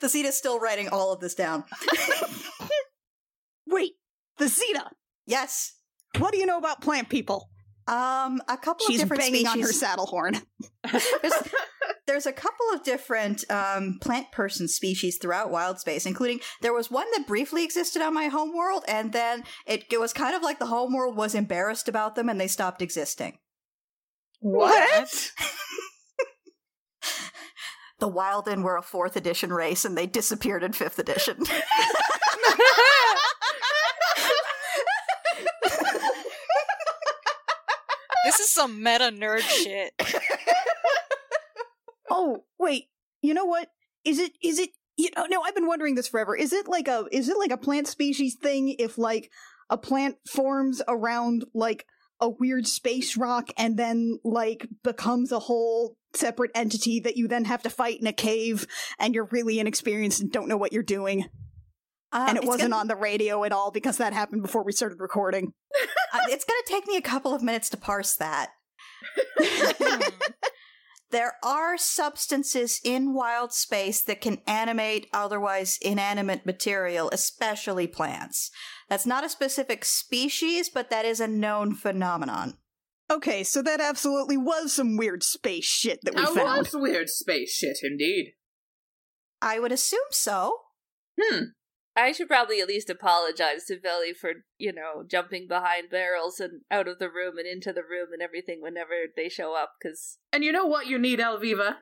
Speaker 1: The seed is still writing all of this down.
Speaker 2: Wait, the Zeta.
Speaker 1: Yes.
Speaker 2: What do you know about plant people?
Speaker 1: Um, a couple
Speaker 2: She's
Speaker 1: of different
Speaker 2: banging
Speaker 1: species.
Speaker 2: on her saddle horn.
Speaker 1: there's, <laughs>
Speaker 5: <laughs>
Speaker 1: there's a couple of different um, plant person species throughout wild space including there was one that briefly existed on my homeworld and then it, it was kind of like the homeworld was embarrassed about them and they stopped existing
Speaker 4: What?
Speaker 1: the wilden were a fourth edition race and they disappeared in fifth edition
Speaker 4: This is some meta
Speaker 2: <laughs>
Speaker 4: nerd shit.
Speaker 2: Oh, wait. You know what? Is it is it you know no, I've been wondering this forever. Is it like a is it like a plant species thing if like a plant forms around like a weird space rock and then like becomes a whole separate entity that you then have to fight in a cave and you're really inexperienced and don't know what you're doing
Speaker 1: Um,
Speaker 2: and it
Speaker 1: it's
Speaker 2: wasn't
Speaker 1: gonna-
Speaker 2: on the radio at all because that happened before we started recording.
Speaker 1: uh, it's going to take me a couple of minutes to parse <laughs> that
Speaker 4: Hmm.
Speaker 1: there are substances in wild space that can animate otherwise inanimate material, especially plants. That's not a specific species, but that is a known phenomenon.
Speaker 2: Okay, so that absolutely was some weird space shit that we
Speaker 5: That
Speaker 2: found.
Speaker 5: was weird space shit indeed.
Speaker 1: I would assume so.
Speaker 5: Hmm.
Speaker 6: I should probably at least apologize to Billy for, you know, jumping behind barrels and out of the room and into the room and everything whenever they show up, because
Speaker 5: And you know what you need, Elviva?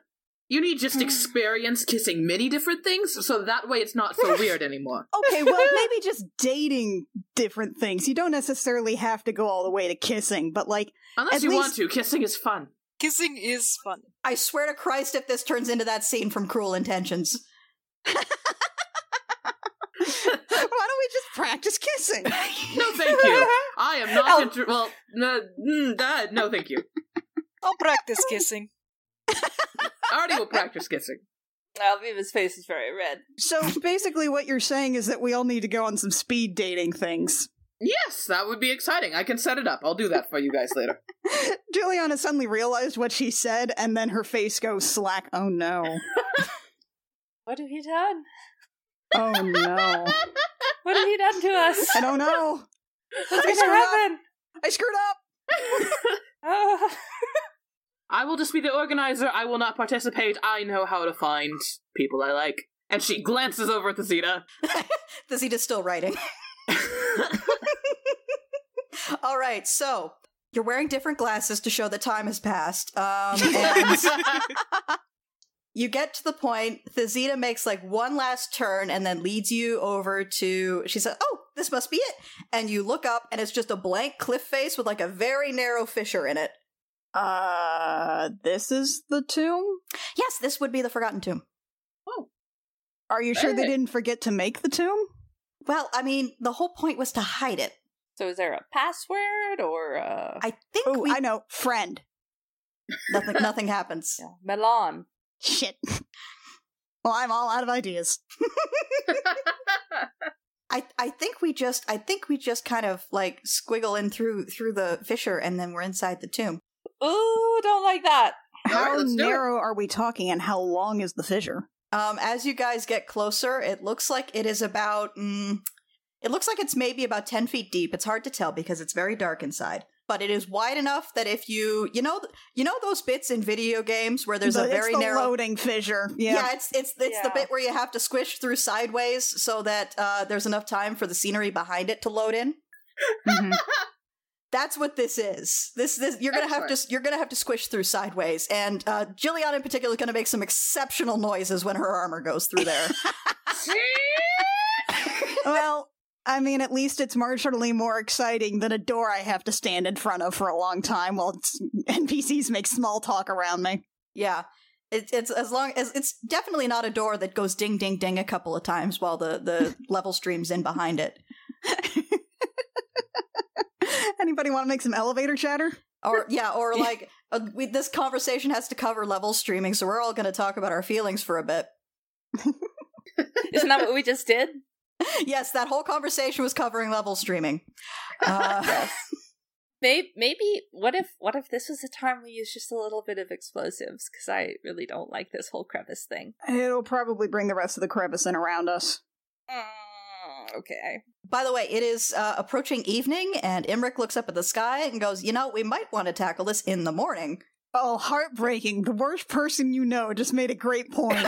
Speaker 5: You need
Speaker 2: Hmm.
Speaker 5: just experience kissing many different things, so that way it's
Speaker 2: <laughs>
Speaker 5: not so weird anymore.
Speaker 2: Okay,
Speaker 1: <laughs>
Speaker 2: well, maybe just dating different things. You don't necessarily have to go all the way to kissing, but like, <laughs>
Speaker 5: Unless
Speaker 2: At
Speaker 5: you want
Speaker 2: least-
Speaker 5: to, kissing is fun.
Speaker 4: Kissing is fun.
Speaker 1: I swear to Christ, if this turns into that scene from Cruel Intentions. <laughs>
Speaker 2: why don't we just practice kissing? <laughs>
Speaker 5: No, thank you. I am not. inter- well, no, mm, uh, no, thank you.
Speaker 4: I'll practice kissing.
Speaker 5: I already will practice kissing.
Speaker 6: Alviva's face is very red.
Speaker 1: <laughs>
Speaker 2: So basically, what you're saying is that we all need to go on some speed dating things.
Speaker 5: Yes, that would be exciting. I can set it up. I'll do that for you guys later.
Speaker 2: Juliana suddenly realized what she said, and then her face goes slack. Oh no.
Speaker 6: What have you done?
Speaker 2: Oh no.
Speaker 6: What have you done to
Speaker 2: <laughs>
Speaker 6: us?
Speaker 2: I don't know.
Speaker 6: What's
Speaker 2: I
Speaker 6: gonna
Speaker 2: screwed up.
Speaker 6: happen?
Speaker 2: I screwed up.
Speaker 6: Oh.
Speaker 5: I will just be the organizer. I will not participate. I know how to find people I like. And she glances over at the Zeta.
Speaker 1: The Zeta's still writing. <laughs> All right, so you're wearing different glasses to show that time has passed.
Speaker 2: <laughs>
Speaker 1: Um, <laughs> and you get to the point the zeta makes like one last turn and then leads you over to she says oh this must be it and you look up and it's just a blank cliff face with like a very narrow fissure in it
Speaker 2: Uh, this is the tomb?
Speaker 1: yes this would be the forgotten tomb
Speaker 2: Are you sure they
Speaker 5: Hey.
Speaker 2: didn't forget to make the tomb?
Speaker 1: well i mean the whole point was to hide it
Speaker 6: <laughs> So is there a password or uh
Speaker 1: i think
Speaker 2: Oh,
Speaker 1: we
Speaker 2: I know. Friend.
Speaker 1: <laughs> nothing nothing happens
Speaker 6: yeah, <laughs> Milan?
Speaker 2: Shit. <laughs> Well, I'm all out of ideas.
Speaker 1: I, I think we just i think we just kind of like squiggle in through through the fissure and then we're inside the tomb
Speaker 6: Ooh, don't like that.
Speaker 5: All right,
Speaker 2: How
Speaker 5: let's do it.
Speaker 2: narrow are we talking, and how long is the fissure?
Speaker 1: Um, as you guys get closer, it looks like it is about. Mm, it looks like it's maybe about ten feet deep. It's hard to tell because it's very dark inside, but it is wide enough that if you you know you know those bits in video games where there's
Speaker 2: The-
Speaker 1: a very
Speaker 2: it's the
Speaker 1: narrow.
Speaker 2: loading fissure.
Speaker 1: yeah.
Speaker 2: Yeah.
Speaker 1: it's it's it's the
Speaker 6: Yeah.
Speaker 1: bit where you have to squish through sideways so that uh, there's enough time for the scenery behind it to load in.
Speaker 2: Mhm.
Speaker 1: <laughs> That's what this is. This this you're gonna have to you're gonna have to squish through sideways, and uh, Jillian in particular is gonna make some exceptional noises when her armor goes through there.
Speaker 2: well, I mean, at least it's marginally more exciting than a door I have to stand in front of for a long time while it's, <laughs> NPCs make small talk around me.
Speaker 1: Yeah. It, it's as long as it's definitely not a door that goes ding ding ding a couple of times while the the level streams in behind it
Speaker 2: Anybody want to make some elevator chatter?
Speaker 1: or yeah or like uh we, this conversation has to cover level streaming so we're all going to talk about our feelings for a bit <laughs>
Speaker 6: Isn't that what we just did?
Speaker 1: yes that whole conversation was covering level streaming uh,
Speaker 6: maybe, maybe what if what if this was a time we used just a little bit of explosives? Because I really don't like this whole crevice thing.
Speaker 2: It'll probably bring the rest of the crevice in around us.
Speaker 6: Mm, okay.
Speaker 1: By the way, it is uh, approaching evening, and Imric looks up at the sky and goes, You know, we might want to tackle this in the morning.
Speaker 2: Oh, heartbreaking. The worst person you know just made a great
Speaker 5: <laughs>
Speaker 2: point.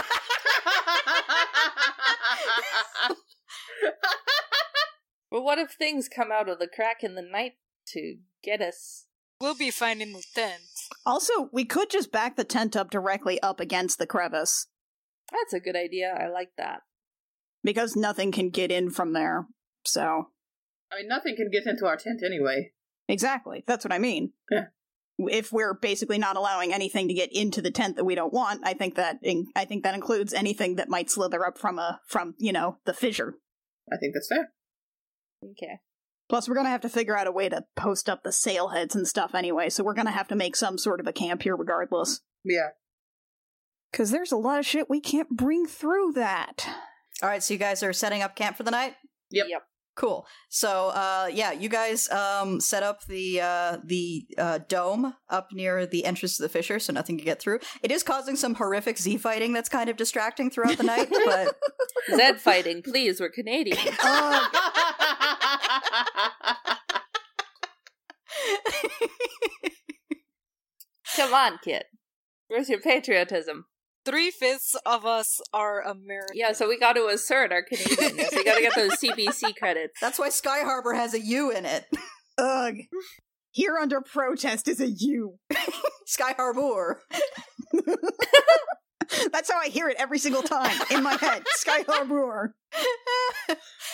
Speaker 6: But what if things come out of the crack in the night to get us?
Speaker 4: We'll be finding the tent.
Speaker 2: also, we could just back the tent up directly up against the crevice
Speaker 6: That's a good idea. I like that.
Speaker 2: because nothing can get in from there. So,
Speaker 5: I mean, nothing can get into our tent anyway.
Speaker 2: exactly. That's what I mean.
Speaker 5: Yeah.
Speaker 2: If we're basically not allowing anything to get into the tent that we don't want, I think that in- I think that includes anything that might slither up from a from, you know, the fissure.
Speaker 5: I think that's fair.
Speaker 6: <laughs> Okay.
Speaker 2: Plus, we're gonna have to figure out a way to post up the sail heads and stuff anyway, so we're gonna have to make some sort of a camp here regardless.
Speaker 5: Yeah.
Speaker 2: Cause there's a lot of shit we can't bring through that.
Speaker 1: All right, so you guys are setting up camp for the night?
Speaker 5: Yep.
Speaker 1: Cool. So, uh, yeah, you guys um, set up the uh, the uh, dome up near the entrance to the fissure, so nothing can get through. It is causing some horrific Z fighting that's kind of distracting throughout the night, but
Speaker 6: Zed fighting, please. We're Canadian. <laughs>
Speaker 2: Oh,
Speaker 6: Come on, kid. Where's your patriotism?
Speaker 4: Three fifths of us are American.
Speaker 6: Yeah, so we got to assert our Canadianness. we got to get those CBC credits.
Speaker 1: <laughs> that's why Sky Harbor has a U in it. <laughs>
Speaker 2: ugh. Here under protest is a U.
Speaker 1: Sky Harbor.
Speaker 2: <laughs>
Speaker 1: <laughs>
Speaker 2: That's how I hear it every single time in my head. Sky Harbor.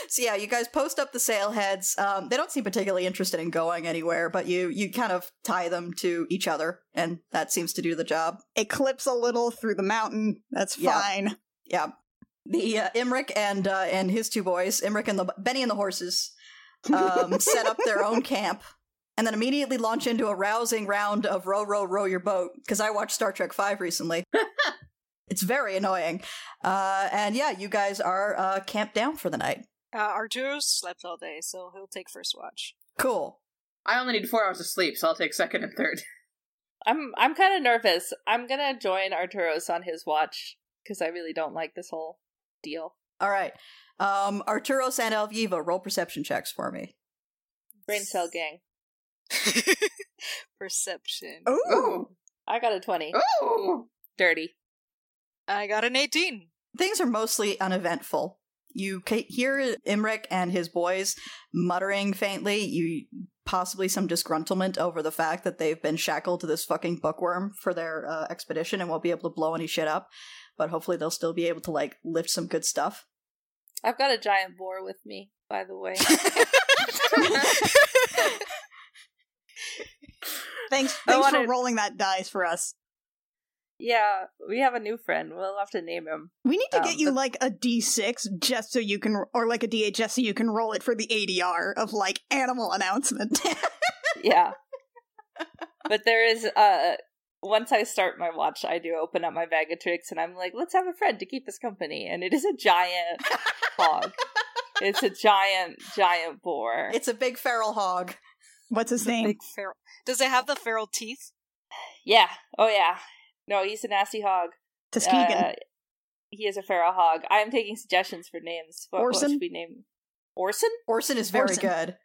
Speaker 1: so yeah, you guys post up the sail heads. Um, they don't seem particularly interested in going anywhere, but you you kind of tie them to each other, and that seems to do the job.
Speaker 2: It clips a little through the mountain. That's
Speaker 1: Yeah.
Speaker 2: fine.
Speaker 1: Yeah, the uh, Imric and uh, and his two boys, Imric and the Benny and the horses,
Speaker 2: <laughs>
Speaker 1: um, set up their own camp. And then immediately launch into a rousing round of row, row, row your boat. Because I watched Star Trek Five recently. it's very annoying. Uh, and yeah, you guys are uh, camped down for the night.
Speaker 4: Uh, Arturo slept all day, so he'll take first watch.
Speaker 1: Cool.
Speaker 5: I only need four hours of sleep, so I'll take second and third.
Speaker 6: I'm I'm kind of nervous. I'm gonna join Arturo's on his watch because I really don't like this whole deal.
Speaker 1: All right. Um, Arturo and Alviva, roll perception checks for me.
Speaker 6: Brain cell gang.
Speaker 4: Perception.
Speaker 2: Ooh.
Speaker 5: Ooh.
Speaker 6: I got a
Speaker 5: Oh.
Speaker 6: twenty.
Speaker 5: Ooh.
Speaker 6: Dirty.
Speaker 4: I got an 18.
Speaker 1: Things are mostly uneventful. You ca- hear Imric and his boys muttering faintly. You possibly some disgruntlement over the fact that they've been shackled to this fucking bookworm for their uh, expedition and won't be able to blow any shit up. But hopefully they'll still be able to like lift some good stuff. <laughs>
Speaker 6: I've got a giant boar with me, by the way.
Speaker 2: Thanks, thanks
Speaker 6: I
Speaker 2: for
Speaker 6: wanted-
Speaker 2: rolling that dice for us.
Speaker 6: yeah, we have a new friend. We'll have to name him.
Speaker 2: We need to
Speaker 6: Um,
Speaker 2: get you
Speaker 6: but-
Speaker 2: like a D6 just so you can, or like a DH just so you can roll it for the ADR of like animal announcement. <laughs>
Speaker 6: Yeah. but there is uh once I start my watch, I do open up my bag of tricks and I'm like, let's have a friend to keep us company. And it is a giant hog. It's a giant, giant boar.
Speaker 1: It's a big feral hog.
Speaker 2: What's his name?
Speaker 4: Big feral. Does it have the feral teeth?
Speaker 6: yeah. Oh yeah. No, he's a nasty hog.
Speaker 2: Tuskegee.
Speaker 6: Uh, he is a feral hog. I am taking suggestions for names. What,
Speaker 2: Orson?
Speaker 6: What should we name? Orson?
Speaker 1: Orson is very
Speaker 2: Orson.
Speaker 1: good.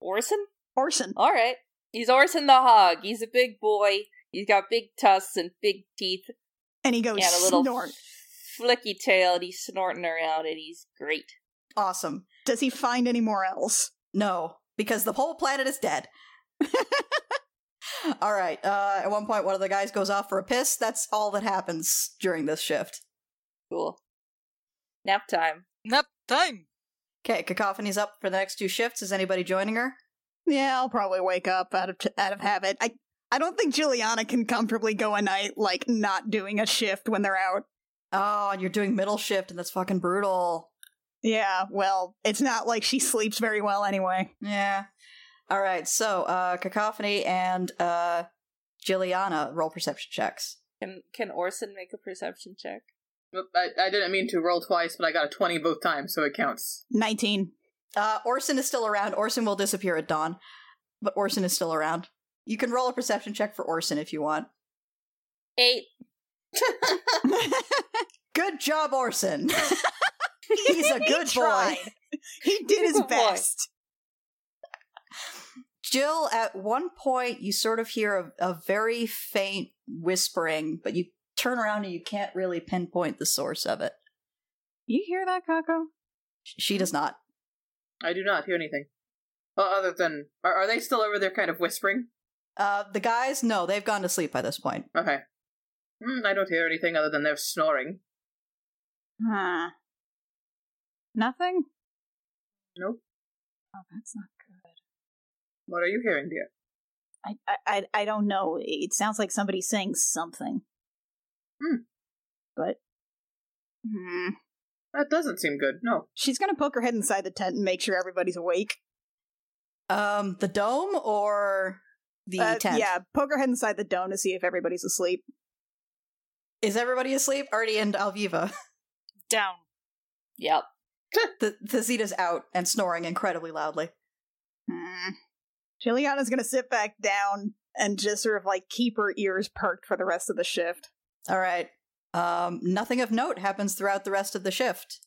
Speaker 6: Orson?
Speaker 2: Orson.
Speaker 6: All right. He's Orson the hog. He's a big boy. He's got big tusks and big teeth.
Speaker 2: And he goes
Speaker 6: and
Speaker 2: <laughs>
Speaker 6: a little
Speaker 2: Oh, snort.
Speaker 6: flicky tail and he's snorting around and he's great.
Speaker 1: Awesome.
Speaker 2: Does he find any more else?
Speaker 1: No, because the whole planet is dead. <laughs> all right. Uh, at one point, one of the guys goes off for a piss. That's all that happens during this shift.
Speaker 6: Cool. Nap time.
Speaker 4: Nap time.
Speaker 1: Okay, Cacophony's up for the next two shifts. Is anybody joining her?
Speaker 2: Yeah, I'll probably wake up out of out of habit. I I don't think Juliana can comfortably go a night like not doing a shift when they're out.
Speaker 1: Oh, and you're doing middle shift, and that's fucking brutal.
Speaker 2: Yeah, well, it's not like she sleeps very well anyway.
Speaker 1: Yeah. All right. So, uh, Cacophony and uh, Jilliana roll perception checks.
Speaker 6: Can can Orson make a perception check?
Speaker 5: Oop, I, I didn't mean to roll twice, but I got a 20 both times, so it counts.
Speaker 2: 19.
Speaker 1: Uh, Orson is still around. Orson will disappear at dawn. but Orson is still around. You can roll a perception check for Orson if you want.
Speaker 6: Eight.
Speaker 1: Good job,
Speaker 2: <laughs>
Speaker 1: Orson. He's a good boy.
Speaker 2: tried. he did his
Speaker 6: Good boy.
Speaker 2: best.
Speaker 1: Jill, at one point, you sort of hear a, a very faint whispering, but you turn around and you can't really pinpoint the source of it.
Speaker 2: You hear that, Kako?
Speaker 1: Sh- She does not.
Speaker 5: I do not hear anything. Well, other than are, are they still over there, kind of whispering?
Speaker 1: Uh, the guys, no, they've gone to sleep by this point.
Speaker 5: Okay. Mm, I don't hear anything other than they're snoring.
Speaker 2: Huh. Nothing?
Speaker 5: Nope.
Speaker 2: Oh, that's not good.
Speaker 5: What are you hearing, dear?
Speaker 2: I, I, I, I don't know. It sounds like somebody saying something.
Speaker 5: Hmm.
Speaker 2: But. Hmm.
Speaker 5: That doesn't seem good. No.
Speaker 2: She's gonna poke her head inside the tent and make sure everybody's awake.
Speaker 1: Um, the dome or the
Speaker 2: Uh,
Speaker 1: tent?
Speaker 2: Yeah, poke her head inside the dome to see if everybody's asleep.
Speaker 1: Is everybody asleep? Artie and Alviva. <laughs>
Speaker 4: Down.
Speaker 6: Yep.
Speaker 1: The, the Zeta's out and snoring incredibly loudly.
Speaker 2: Hmm. Juliana's gonna sit back down and just sort of like keep her ears perked for the rest of the shift.
Speaker 1: All right. Um, nothing of note happens throughout the rest of the shift.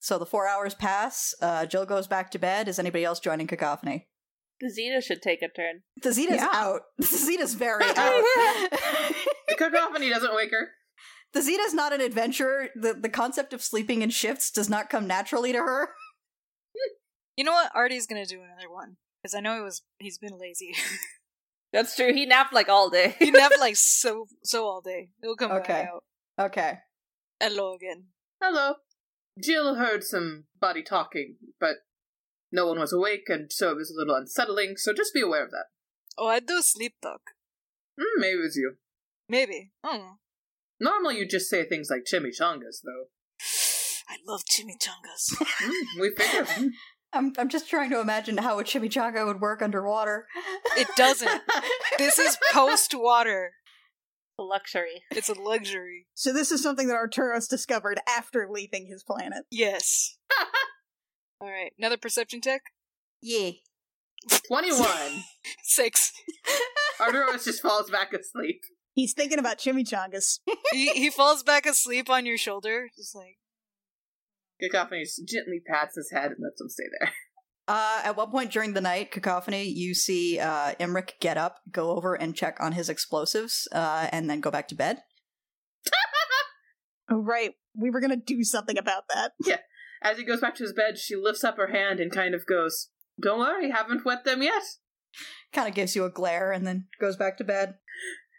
Speaker 1: So the four hours pass. Uh, Jill goes back to bed. Is anybody else joining Cacophony?
Speaker 6: The Zeta should take a turn.
Speaker 1: The Zeta's
Speaker 2: Yeah.
Speaker 1: out. <laughs> The Zeta's very out. <laughs>
Speaker 5: The cacophony doesn't wake her.
Speaker 1: the Zeta's not an adventurer. The, the concept of sleeping in shifts does not come naturally to her.
Speaker 4: You know what? Artie's gonna do another one because I know he was he's been lazy. <laughs>
Speaker 6: That's true. He napped like all day.
Speaker 4: he napped like so so all day. He'll come
Speaker 1: Okay.
Speaker 4: back out.
Speaker 1: Okay.
Speaker 4: Hello again.
Speaker 5: Hello. Jill heard somebody talking, but no one was awake, and so it was a little unsettling. So just be aware of that.
Speaker 4: Oh, I do sleep talk.
Speaker 5: Mm, maybe it was you.
Speaker 4: Maybe. Oh,
Speaker 5: Normally, you just say things like chimichangas, though.
Speaker 4: I love chimichangas.
Speaker 5: Mm, we figured. Mm.
Speaker 1: I'm, I'm just trying to imagine how a chimichanga would work underwater.
Speaker 4: it <laughs> doesn't. This is post water.
Speaker 6: <laughs> Luxury.
Speaker 4: It's a luxury.
Speaker 2: So this is something that Arturos discovered after leaving his planet.
Speaker 4: <laughs> Yes. All right. Another perception check.
Speaker 1: Yeah.
Speaker 5: Twenty-one.
Speaker 4: Six.
Speaker 5: Arduros just falls back asleep.
Speaker 2: He's thinking about chimichangas.
Speaker 4: He he falls back asleep on your shoulder, just like
Speaker 5: Cacophony just gently pats his head and lets him stay there.
Speaker 1: Uh, at one point during the night, Cacophony, you see uh, Emric get up, go over and check on his explosives, uh, and then go back to bed.
Speaker 2: <laughs> Oh right, we were gonna do something about that.
Speaker 5: As he goes back to his bed, she lifts up her hand and kind of goes, Don't worry, haven't wet them yet.
Speaker 1: Kind of gives you a glare and then goes back to bed.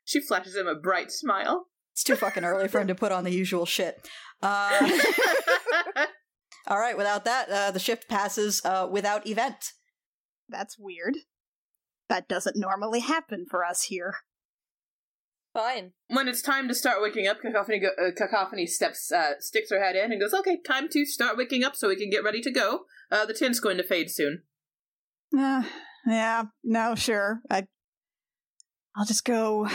Speaker 5: She flashes him a bright smile.
Speaker 1: It's too fucking early for him to put on the usual shit.
Speaker 5: <laughs>
Speaker 1: Uh, all right, without that, uh, the shift passes uh, without event.
Speaker 2: That's weird. That doesn't normally happen for us here.
Speaker 6: Fine. <laughs>
Speaker 5: when it's time to start waking up, Cacophony, go- uh, Cacophony steps, uh, sticks her head in and goes, Okay, time to start waking up so we can get ready to go. Uh, the tint's going to fade soon.
Speaker 2: Uh, yeah, no, sure. I, I'll just go.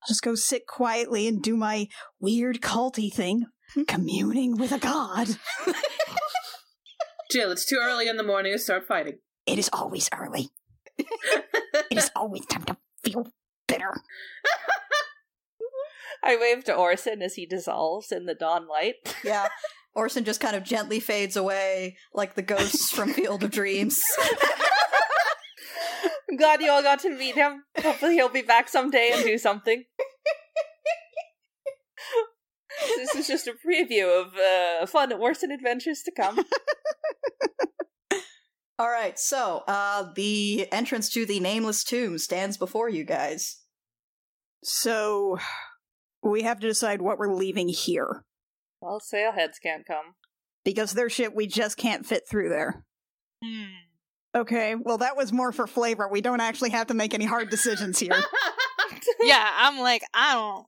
Speaker 2: I'll just go sit quietly and do my weird culty thing, communing with a god.
Speaker 5: Jill, it's too early in the morning to start fighting.
Speaker 2: It is always early. It <laughs> is always time to feel bitter.
Speaker 6: I wave to Orson as he dissolves in the dawn light.
Speaker 1: Yeah. Orson just kind of gently fades away like the ghosts from Field of Dreams.
Speaker 6: I'm glad you all got to meet him. Hopefully, he'll be back someday and do something. this is just a preview of uh, fun Orson adventures to come.
Speaker 1: All right, so uh, the entrance to the Nameless Tomb stands before you guys.
Speaker 2: So, we have to decide what we're leaving here
Speaker 6: Well, sailheads can't come.
Speaker 2: because their ship we just can't fit through there.
Speaker 4: hmm.
Speaker 2: Okay, well, that was more for flavor. We don't actually have to make any hard decisions <laughs> here.
Speaker 4: <laughs> Yeah, I'm like I don't.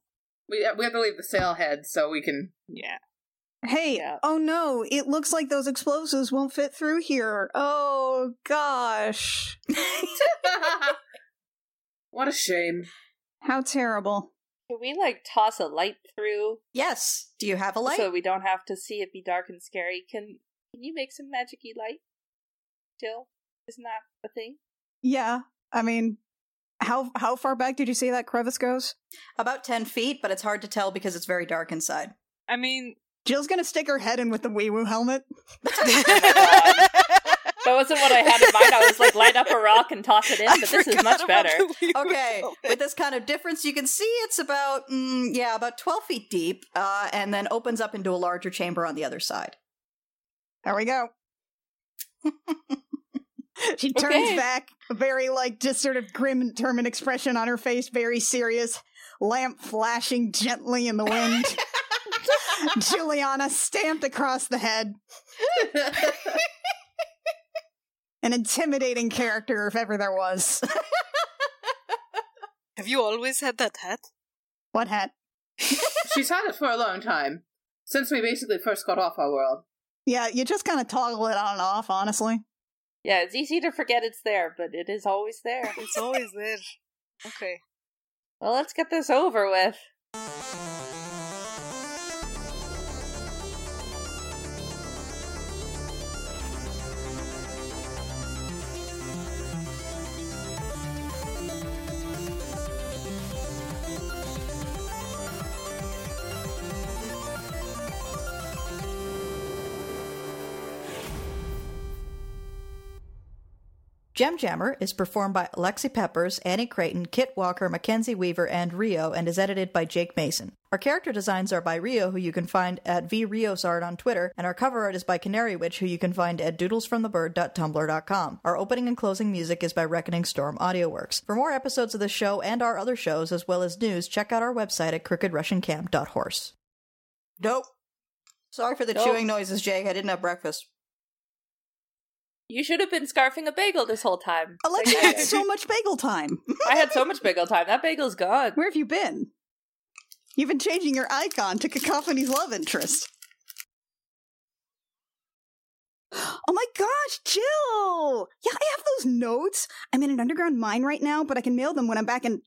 Speaker 5: we, uh, we have to leave the sailhead so we can.
Speaker 4: Yeah.
Speaker 2: Hey,
Speaker 6: Yeah.
Speaker 2: oh no, it looks like those explosives won't fit through here. Oh gosh.
Speaker 5: what a shame.
Speaker 2: How terrible.
Speaker 6: Can we like toss a light through
Speaker 1: Yes. Do you have a light?
Speaker 6: so we don't have to see it be dark and scary? Can Can you make some magicy light, Jill? Isn't that a thing?
Speaker 2: Yeah, I mean, how how far back did you say that crevice goes?
Speaker 1: About 10 feet, but it's hard to tell because it's very dark inside.
Speaker 4: I <laughs> mean,
Speaker 2: Jill's gonna stick her head in with the wee woo helmet.
Speaker 6: That wasn't what I had in mind. I was like, light up a rock and toss it
Speaker 4: <laughs>
Speaker 6: in,
Speaker 4: I
Speaker 6: but this is
Speaker 4: forgot
Speaker 6: much
Speaker 4: about
Speaker 6: better.
Speaker 4: the <laughs> Wii U
Speaker 1: Okay,
Speaker 4: helmet.
Speaker 1: with this kind of difference, you can see it's about, mm, yeah, about 12 feet deep, uh, and then opens up into a larger chamber on the other side.
Speaker 2: There we go. she turns
Speaker 6: Okay.
Speaker 2: back, a very like just sort of grim and determined expression on her face, very serious, lamp flashing gently in the wind. Juliana stamped across the head.
Speaker 4: <laughs>
Speaker 2: An intimidating character, if ever there was. <laughs>
Speaker 4: Have you always had that hat?
Speaker 2: What hat?
Speaker 5: She's had it for a long time since we basically first got off our world.
Speaker 2: Yeah, you just kind of toggle it on and off, honestly.
Speaker 6: Yeah, it's easy to forget it's there, but it is always there.
Speaker 4: It's always there. Okay.
Speaker 6: Well, let's get this over with.
Speaker 1: Gem Jammer is performed by Alexi Peppers, Annie Creighton, Kit Walker, Mackenzie Weaver, and Rio, and is edited by Jake Mason. Our character designs are by Rio, who you can find at vriosart on Twitter, and our cover art is by Canary Witch, who you can find at doodlesfromthebird.tumblr.com. Our opening and closing music is by Reckoning Storm AudioWorks. For more episodes of this show and our other shows, as well as news, check out our website at crookedrussiancamp.horse. Nope. Sorry for the
Speaker 6: Nope.
Speaker 1: chewing noises, Jake. I didn't have breakfast.
Speaker 6: You should have been scarfing a bagel this whole time.
Speaker 2: Alexa
Speaker 6: Like I
Speaker 2: had
Speaker 6: did.
Speaker 2: so much bagel time.
Speaker 6: I had so much bagel time. That bagel's gone.
Speaker 2: Where have you been? You've been changing your icon to Cacophony's love interest. Oh my gosh, Jill! Yeah, I have those notes. I'm in an underground mine right now, but I can mail them when I'm back in